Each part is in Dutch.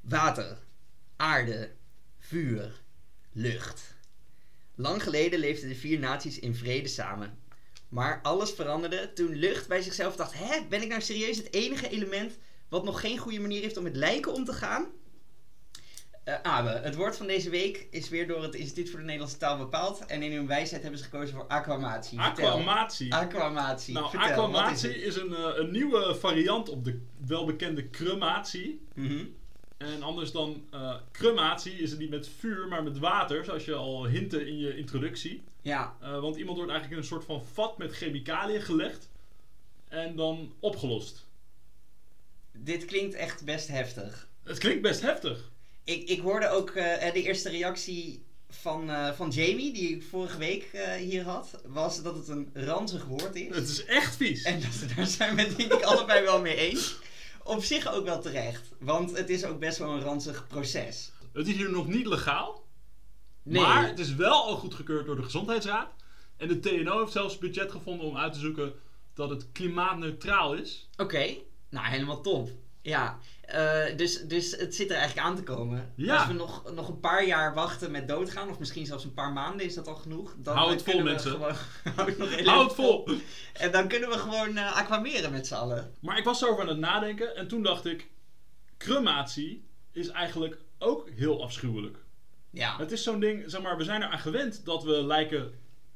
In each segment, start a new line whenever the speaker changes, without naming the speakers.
Water, aarde, vuur, lucht. Lang geleden leefden de vier naties in vrede samen. Maar alles veranderde toen lucht bij zichzelf dacht: hè, ben ik nou serieus het enige element wat nog geen goede manier heeft om met lijken om te gaan? Eh Abe, het woord van deze week is weer door het Instituut voor de Nederlandse Taal bepaald. En in hun wijsheid hebben ze gekozen voor aquamatie. Vertel.
Aquamatie.
Aquamatie.
Nou,
Vertel, wat is
aquamatie
het?
is, een, eh, een nieuwe variant op de welbekende crematie.
Mhm.
En anders dan eh crematie is het niet met vuur, maar met water, zoals je al hintte in je introductie.
Ja,
Eh, want iemand wordt eigenlijk in een soort van vat met chemicaliën gelegd en dan opgelost.
dit klinkt echt best heftig.
Het klinkt best heftig.
Ik, ik hoorde ook eh, de eerste reactie van, eh, van Jamie, die ik vorige week eh, hier had, was dat het een ranzig woord is.
Het is echt vies.
En dat, daar zijn we het denk ik allebei wel mee eens. Op zich ook wel terecht, want het is ook best wel een ranzig proces.
Het is hier nog niet legaal, maar het is wel al goedgekeurd door de Gezondheidsraad. En de TNO heeft zelfs budget gevonden om uit te zoeken dat het klimaatneutraal is.
Oké, nou helemaal top. Ja, eh, dus, dus het zit er eigenlijk aan te komen.
Ja.
Als we nog, nog een paar jaar wachten met doodgaan, of misschien zelfs een paar maanden, is dat al genoeg? Dan
Hou het vol,
kunnen we
mensen.
Gewoon, hou het nog heel
Hou
even
het vol!
En dan kunnen we gewoon eh, aquameren met z'n allen.
Maar ik was daarover aan het nadenken en toen dacht ik... Crematie is eigenlijk ook heel afschuwelijk.
Ja.
Het is zo'n ding, zeg maar, we zijn eraan gewend dat we lijken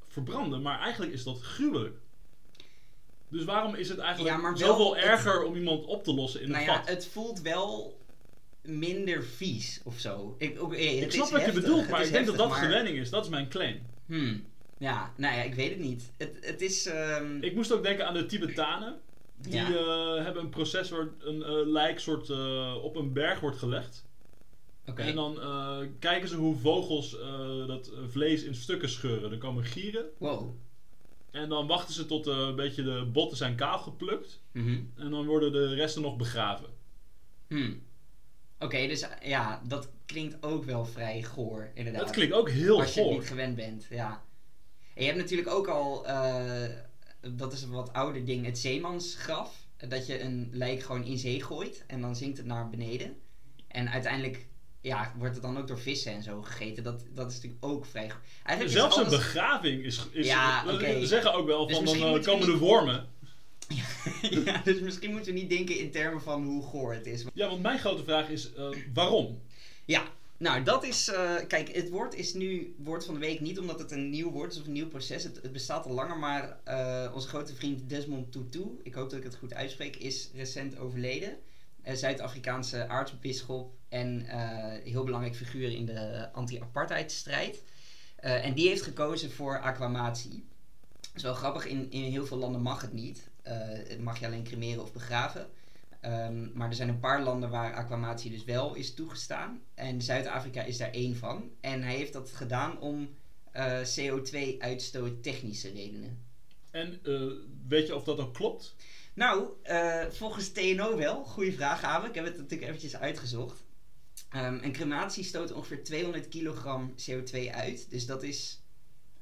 verbranden, maar eigenlijk is dat gruwelijk. Dus waarom is het eigenlijk
Ja, maar wel
zoveel
het-
erger om iemand op te lossen in
Nou
een
ja,
vat?
het voelt wel minder vies of zo. Ik, ook, eh,
ik
het
snap
is
wat
heftig,
je bedoelt,
het
maar
is
ik denk dat dat
heftig, maar-
gewenning is. Dat is mijn claim.
Hmm. Ja, nou ja, ik weet het niet. Het, het is... ehm,
Ik moest ook denken aan de Tibetanen. Die
Ja.
eh, hebben een proces waar een eh, lijk soort, eh, op een berg wordt gelegd.
Oké.
En dan eh, kijken ze hoe vogels eh, dat eh, vlees in stukken scheuren. Dan komen gieren.
Wow.
En dan wachten ze tot eh, een beetje de botten zijn kaal geplukt.
Mhm.
En dan worden de resten nog begraven.
Hmm. Oké, dus eh, ja, dat klinkt ook wel vrij goor, inderdaad.
Dat klinkt ook heel
Als je het
goor.
niet gewend bent, ja. En je hebt natuurlijk ook al, eh, dat is een wat ouder ding, het zeemansgraf. Dat je een lijk gewoon in zee gooit en dan zinkt het naar beneden. En uiteindelijk ja, wordt het dan ook door vissen en zo gegeten. Dat, dat is natuurlijk ook vrij... go- Eigenlijk
Zelfs
is
een
dus alles...
begraving is... is
Ja,
dat-
oké.
Ze zeggen ook wel
Dus
van, dan
misschien
eh,
moeten we
komen de
niet-
wormen.
ja, dus misschien moeten we niet denken in termen van hoe goor het is.
Ja, want mijn grote vraag is, eh, waarom?
Ja, nou dat is. eh, kijk, het woord is nu woord van de week niet omdat het een nieuw woord is of een nieuw proces. Het, het bestaat al langer, maar eh, onze grote vriend Desmond Tutu, ik hoop dat ik het goed uitspreek, is recent overleden. Eh, Zuid-Afrikaanse aartsbisschop en eh, heel belangrijk figuur in de anti-apartheidstrijd. Eh, en die heeft gekozen voor acclamatie. Dat is wel grappig, in, in heel veel landen mag het niet. Eh, het mag je alleen cremeren of begraven. Ehm, maar er zijn een paar landen waar acclamatie dus wel is toegestaan. En Zuid-Afrika is daar één van. En hij heeft dat gedaan om eh, CO2-uitstoot technische redenen.
En eh, weet je of dat ook klopt?
Nou, eh, volgens TNO wel. Goeie vraag, Abe. Ik heb het natuurlijk eventjes uitgezocht. Ehm, een crematie stoot ongeveer 200 kilogram CO2 uit. Dus dat is...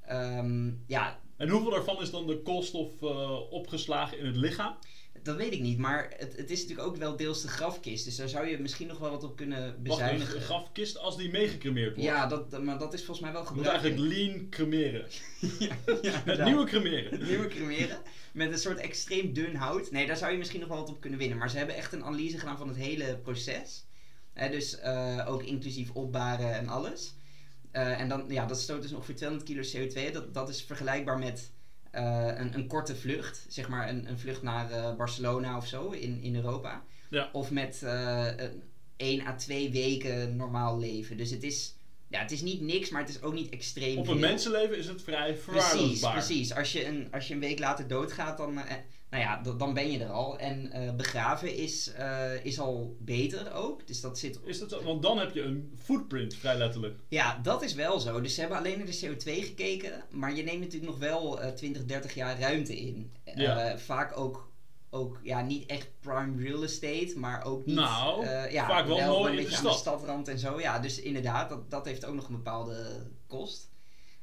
ehm, ja,
En hoeveel daarvan is dan de koolstof eh, opgeslagen in het lichaam?
dat weet ik niet. Maar het, het is natuurlijk ook wel deels de grafkist. Dus daar zou je misschien nog wel wat op kunnen
Wacht, een
bezuinigen.
grafkist als die meegecremeerd wordt.
ja, dat, maar dat is volgens mij wel
Je moet
gebruikelijk.
eigenlijk lean cremeren.
ja,
Het
inderdaad.
nieuwe cremeren.
nieuwe cremeren. Met een soort extreem dun hout. Nee, daar zou je misschien nog wel wat op kunnen winnen. Maar ze hebben echt een analyse gedaan van het hele proces. Hè, dus eh, ook inclusief opbaren en alles. Eh, en dan, ja, dat stoot dus ongeveer 200 kilo CO2. Dat, dat is vergelijkbaar met eh, een, een korte vlucht. Zeg maar een, een vlucht naar eh, Barcelona of zo in, in Europa.
Ja.
Of met eh, een 1 à 2 weken normaal leven. Dus het is, ja, het is niet niks, maar het is ook niet extreem
Op een
veel.
mensenleven is het vrij
Precies,
verwaarloosbaar.
precies. Als je, een, als je een week later doodgaat, dan, eh, nou ja, d- dan ben je er al. En eh, begraven is, eh, is al beter ook. Dus dat zit.
Is dat zo? Want dan heb je een footprint, vrij letterlijk.
Ja, dat is wel zo. Dus ze hebben alleen naar de CO2 gekeken. Maar je neemt natuurlijk nog wel eh 20, 30 jaar ruimte in. Eh,
Ja.
vaak ook, ook ja, niet echt prime real estate, maar ook niet.
Nou,
eh, ja,
vaak wel mooi
een
in
beetje
de
aan de
stad.
stadrand en zo. Ja, dus inderdaad, dat, dat heeft ook nog een bepaalde kost.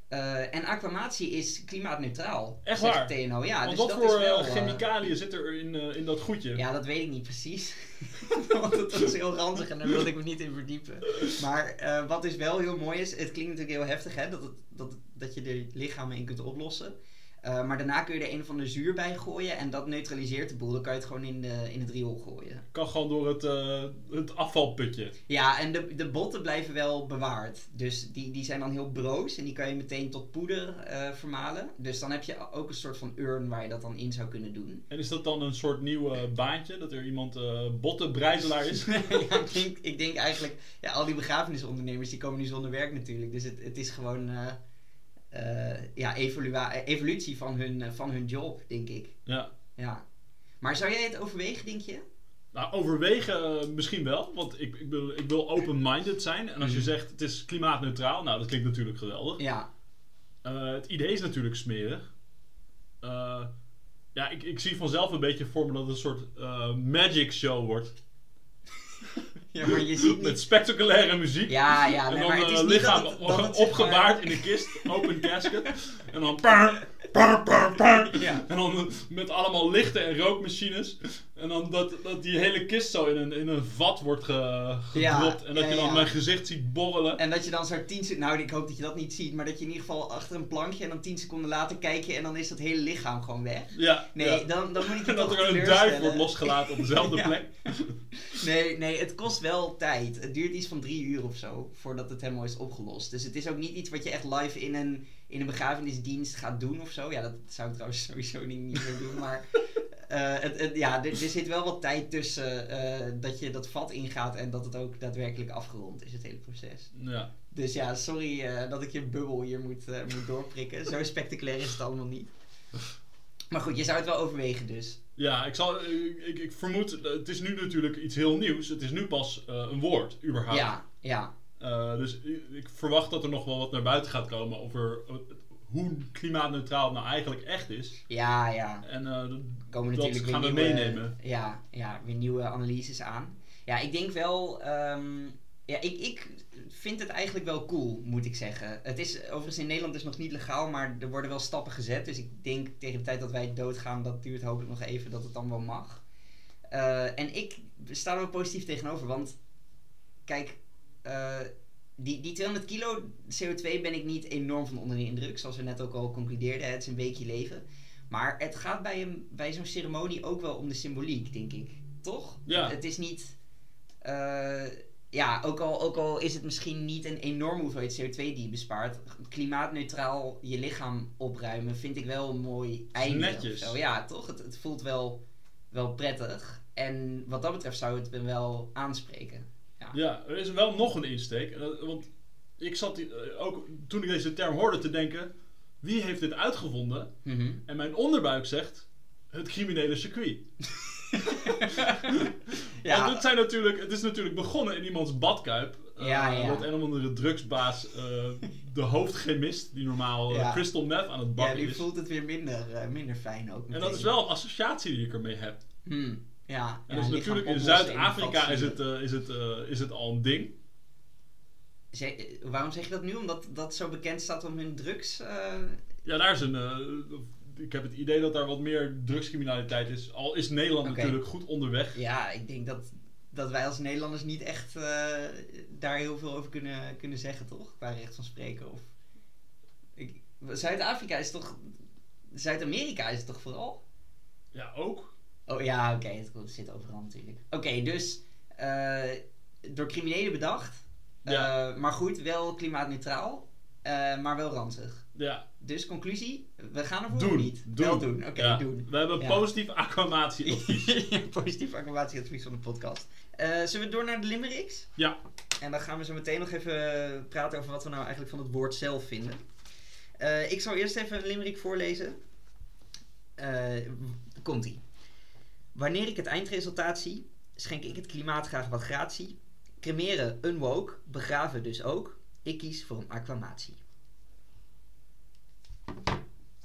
Eh, en acclamatie is klimaatneutraal.
Echt
zegt
waar?
de TNO, ja.
Want
dus
wat
dat is
voor
wel,
eh,
eh,
chemicaliën zit er in, eh, in dat goedje?
Ja, dat weet ik niet precies. Want het was heel ranzig en daar wilde ik me niet in verdiepen. Maar eh, wat dus wel heel mooi is, het klinkt natuurlijk heel heftig hè, dat, het, dat, dat je er lichamen in kunt oplossen. Eh, maar daarna kun je er een van de zuur bij gooien en dat neutraliseert de boel. Dan kan je het gewoon in, de, in het riool gooien.
Kan gewoon door het, eh, het afvalputje.
Ja, en de, de botten blijven wel bewaard. Dus die, die zijn dan heel broos en die kan je meteen tot poeder eh, vermalen. Dus dan heb je ook een soort van urn waar je dat dan in zou kunnen doen.
En is dat dan een soort nieuw eh, baantje? Dat er iemand eh bottenbrijzelaar is?
ja, ik, denk, ik denk eigenlijk, ja, al die begrafenisondernemers die komen nu zonder werk natuurlijk. Dus het, het is gewoon eh, eh, ja, evolua- eh, evolutie van hun, eh, van hun job, denk ik.
ja.
Ja. Maar zou jij het overwegen, denk je?
Nou, overwegen eh, misschien wel. Want ik, ik wil, ik wil open-minded zijn. En als je
Mhm.
zegt het is klimaatneutraal, nou dat klinkt natuurlijk geweldig.
Ja.
Eh, het idee is natuurlijk smerig. Eh, ja, ik, ik zie vanzelf een beetje voor me dat het een soort eh, magic show wordt.
Ja, maar je ziet
Met
niet...
spectaculaire muziek.
Ja, ja,
en
nee,
dan
maar het
eh,
is niet
lichaam
dat het-
op-
dat het, zeg maar-
opgebaard in een kist, open casket. en dan. par, par, par, par.
Ja.
En dan eh, met allemaal lichten en rookmachines. En dan dat, dat die hele kist zo in een, in een vat wordt ge,
Ja,
gedropt. en dat
ja,
je dan
ja.
mijn gezicht ziet borrelen.
En dat je dan zo tien seconden... Nou, ik hoop dat je dat niet ziet, maar dat je in ieder geval achter een plankje... en dan tien seconden later kijk je en dan is dat hele lichaam gewoon weg.
ja,
Nee,
ja.
dan, dan moet ik je
En dat
toch
er een duif
teleurstellen.
wordt losgelaten op dezelfde
Ja.
plek.
Nee, nee, het kost wel tijd. Het duurt iets van drie uur of zo voordat het helemaal is opgelost. Dus het is ook niet iets wat je echt live in een, in een begrafenisdienst gaat doen of zo. Ja, dat zou ik trouwens sowieso niet, niet meer doen. Maar eh, het, het- ja, er, er zit wel wat tijd tussen eh, dat je dat vat ingaat en dat het ook daadwerkelijk afgerond is, het hele proces.
Ja.
Dus ja, sorry eh, dat ik je bubbel hier moet, eh, moet doorprikken. Zo spectaculair is het allemaal niet. Maar goed, je zou het wel overwegen dus.
Ja, ik, zal, ik, ik- ik vermoed, eh, het is nu natuurlijk iets heel nieuws. Het is nu pas eh, een woord, überhaupt.
Ja, ja.
Eh, dus ik, ik verwacht dat er nog wel wat naar buiten gaat komen over eh, hoe klimaatneutraal nou eigenlijk echt is.
Ja, ja.
En eh, dat-
komen
dat
natuurlijk
gaan we
weer nieuwe,
meenemen.
Ja, ja, weer nieuwe analyses aan. Ja, ik denk wel. ehm, ja, ik, ik vind het eigenlijk wel cool, moet ik zeggen. Het is overigens in Nederland dus nog niet legaal, maar er worden wel stappen gezet. Dus ik denk tegen de tijd dat wij doodgaan, dat duurt hopelijk nog even, dat het dan wel mag. Eh, en ik sta er wel positief tegenover, want kijk, eh, die, die 200 kilo CO2 ben ik niet enorm van onder de indruk. Zoals we net ook al concludeerden, hè, het is een weekje leven. Maar het gaat bij, een- bij zo'n ceremonie ook wel om de symboliek, denk ik. Toch?
Ja.
Het is niet. eh, ja, ook al, ook al is het misschien niet een enorme hoeveelheid CO2 die je bespaart. Klimaatneutraal je lichaam opruimen vind ik wel een mooi einde. of
netjes.
zo. Ja, toch? Het, het voelt wel, wel prettig. En wat dat betreft zou het me wel aanspreken.
ja, er is wel nog een insteek. En dat- want ik zat die- eh, ook toen ik deze term hoorde te denken, wie heeft dit uitgevonden?
Mhm.
En mijn onderbuik zegt, het criminele circuit. Ja.
ja,
Want het, zijn natuurlijk, het is natuurlijk begonnen in iemands badkuip. Eh,
Ja, ja.
Dat een of andere drugsbaas, eh, de hoofdchemist, die normaal eh,
Ja.
crystal meth aan het
ja,
bakken
nu
is.
voelt het weer minder, eh, minder fijn ook.
En
meteen.
dat is wel een associatie die ik ermee heb.
Hmm, Ja,
En
ja,
dat is
lichaam
natuurlijk in
oplossen
Zuid-Afrika
een
is,
vat
het, eh, is, het, eh, is het al een ding.
zien. Ze- eh, waarom zeg je dat nu? Omdat dat zo bekend staat om hun drugs. eh,
Ja, daar is een. eh, ik heb het idee dat daar wat meer drugscriminaliteit is. Al is Nederland
Oké.
natuurlijk goed onderweg.
ja, ik denk dat, dat wij als Nederlanders niet echt eh, daar heel veel over kunnen, kunnen zeggen, toch? Qua recht van spreken. Of... Ik- Zuid-Afrika is toch. Zuid-Amerika is het toch vooral?
Ja, ook.
Oh ja, oké, het komt- zit overal natuurlijk. Oké, dus eh, door criminelen bedacht.
Ja.
Eh, maar goed, wel klimaatneutraal, eh, maar wel ranzig.
Ja,
Dus conclusie, we gaan ervoor
doen.
of niet?
doen.
Wel doen, oké,
Ja.
doen.
We hebben
Ja.
positief acclamatie.
Positief acclimatieadvies van de podcast. Eh, zullen we door naar de limericks?
Ja.
En dan gaan we zo meteen nog even praten over wat we nou eigenlijk van het woord zelf vinden. Eh, ik zal eerst even een limerick voorlezen. Eh, w- Komt-ie. Wanneer ik het eindresultaat zie, schenk ik het klimaat graag wat gratie. Cremeren unwoke, begraven dus ook. Ik kies voor een acclamatie.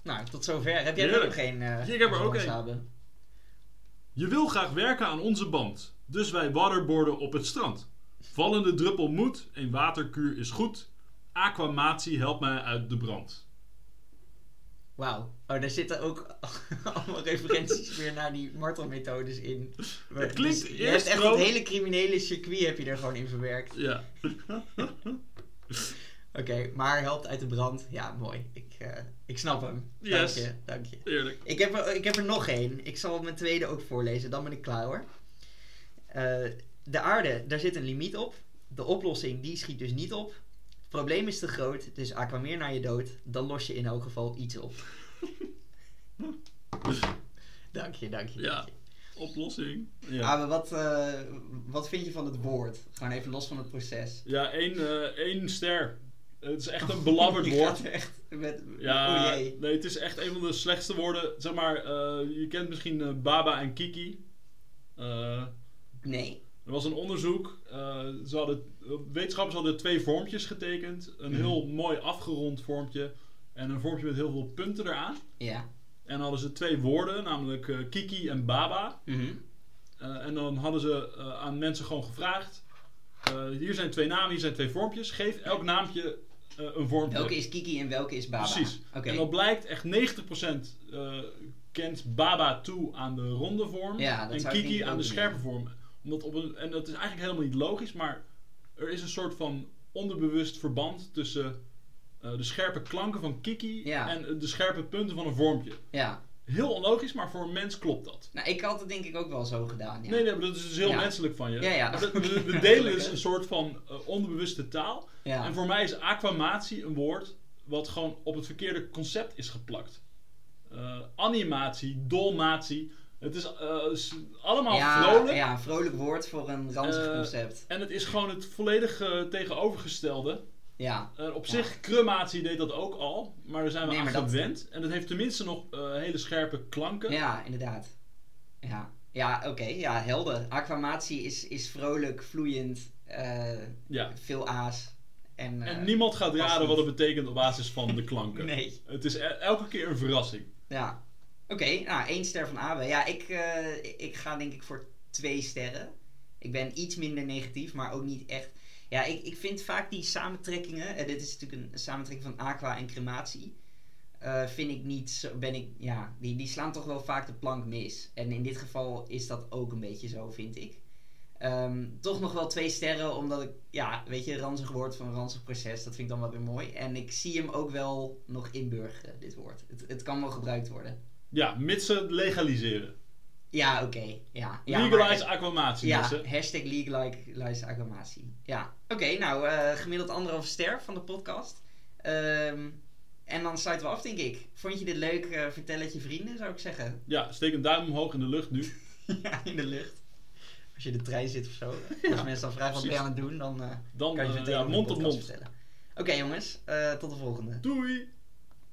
Nou, tot zover. Heb jij er
Heerlijk.
ook geen? eh,
Ik heb er ook een.
hebben?
Je wil graag werken aan onze band, dus wij waterboarden op het strand. Vallende druppel moet, een waterkuur is goed. Aquamatie helpt mij uit de brand.
Wauw. Oh, daar zitten ook allemaal referenties weer naar die martelmethodes in. dus,
Het klinkt
je
eerst
hebt echt
gewoon-
dat hele criminele circuit heb je er gewoon in verwerkt.
Ja.
Oké, maar helpt uit de brand. Ja, mooi. Ik, eh, ik snap hem.
Yes.
Dank je, dank je.
Eerlijk.
Ik heb, er, ik heb er nog één. Ik zal mijn tweede ook voorlezen, dan ben ik klaar hoor. Eh, de aarde, daar zit een limiet op. De oplossing, die schiet dus niet op. Het probleem is te groot, dus aquameer naar je dood. Dan los je in elk geval iets op. dank je, dank je.
Ja.
dank je.
Oplossing. Ja,
Abe, wat, eh, wat vind je van het woord? Gewoon even los van het proces.
ja één, eh, één ster. Het is echt een belabberd
Je
woord.
gaat Echt met,
Ja,
oh jee.
nee, het is echt een van de slechtste woorden. Zeg maar, eh, je kent misschien eh, Baba en Kiki. Eh,
Nee.
er was een onderzoek. eh, ze hadden, wetenschappers hadden twee vormpjes getekend. Een heel mooi afgerond vormpje. En een vormpje met heel veel punten eraan.
Ja.
En hadden ze twee woorden, namelijk eh, Kiki en Baba.
Mhm.
Eh, en dan hadden ze eh, aan mensen gewoon gevraagd: eh, hier zijn twee namen, hier zijn twee vormpjes. Geef elk naampje eh, een vormpje.
Welke is Kiki en welke is Baba?
Precies.
Oké.
En dan blijkt echt 90% eh, kent Baba toe aan de ronde vorm
Ja, dat
en
zou ik
Kiki
denk ik
aan
ook
de
doen,
scherpe
ja.
vorm. Omdat op een, en dat is eigenlijk helemaal niet logisch, maar er is een soort van onderbewust verband tussen eh, de scherpe klanken van Kiki
Ja.
en eh, de scherpe punten van een vormpje.
Ja.
Heel onlogisch, maar voor een mens klopt dat.
Nou, ik had het denk ik ook wel zo gedaan. Ja.
Nee, nee, maar dat is dus heel
Ja.
menselijk van je.
Ja, ja.
Maar dat- We, we delen
Eigenlijk,
dus
hè?
een soort van eh, onbewuste taal.
ja.
En voor mij is aquamatie een woord wat gewoon op het verkeerde concept is geplakt. Eh, animatie, dolmatie. Het is eh, s- allemaal
ja,
vrolijk.
ja, een vrolijk woord voor een ranzig
Eh,
concept.
En het is gewoon het volledige tegenovergestelde.
Ja.
Eh, op
Ja.
zich, crematie deed dat ook al. Maar daar zijn we
Nee,
aan
maar dat-
gewend. En dat heeft tenminste nog eh, hele scherpe klanken.
ja, inderdaad. Ja, ja oké. Ja, helder. Aquamatie is, is vrolijk, vloeiend, eh,
Ja.
veel aas. En, eh,
En niemand gaat
past
raden wat
niet.
het betekent op basis van de klanken.
Nee.
Het is e- elke keer een verrassing.
Ja. Oké, nou, één ster van Abe. Ja, ik, eh, ik ga denk ik voor twee sterren. Ik ben iets minder negatief, maar ook niet echt. Ja, ik, ik vind vaak die samentrekkingen. En dit is natuurlijk een, samentrekking van aqua en crematie. eh, vind ik niet zo. Ben ik, ja, die, die slaan toch wel vaak de plank mis. En in dit geval is dat ook een beetje zo, vind ik. Ehm, toch nog wel twee sterren, omdat ik, ja, weet je, ranzig woord van ranzig proces, dat vind ik dan wel weer mooi. En ik zie hem ook wel nog inburgeren, dit woord. Het, het kan wel gebruikt worden.
Ja, mits ze het legaliseren.
Ja, oké. Ja, ja, maar-
Legalize aquamatie,
ja,
mensen.
hashtag legalize acclamatie. Ja, oké, nou, eh, gemiddeld anderhalf ster van de podcast. Ehm, en dan sluiten we af, denk ik. Vond je dit leuk? Eh, vertel het je vrienden, zou ik zeggen.
Ja, steek een duim omhoog in de lucht nu.
ja, in de lucht. Als je in de trein zit of zo. Als mensen dan vragen wat ben je aan het doen, dan eh,
Dan
kan je ze
eh,
meteen
ja,
op de
mond op
podcast
mond.
vertellen. Oké jongens, eh, tot de volgende.
Doei!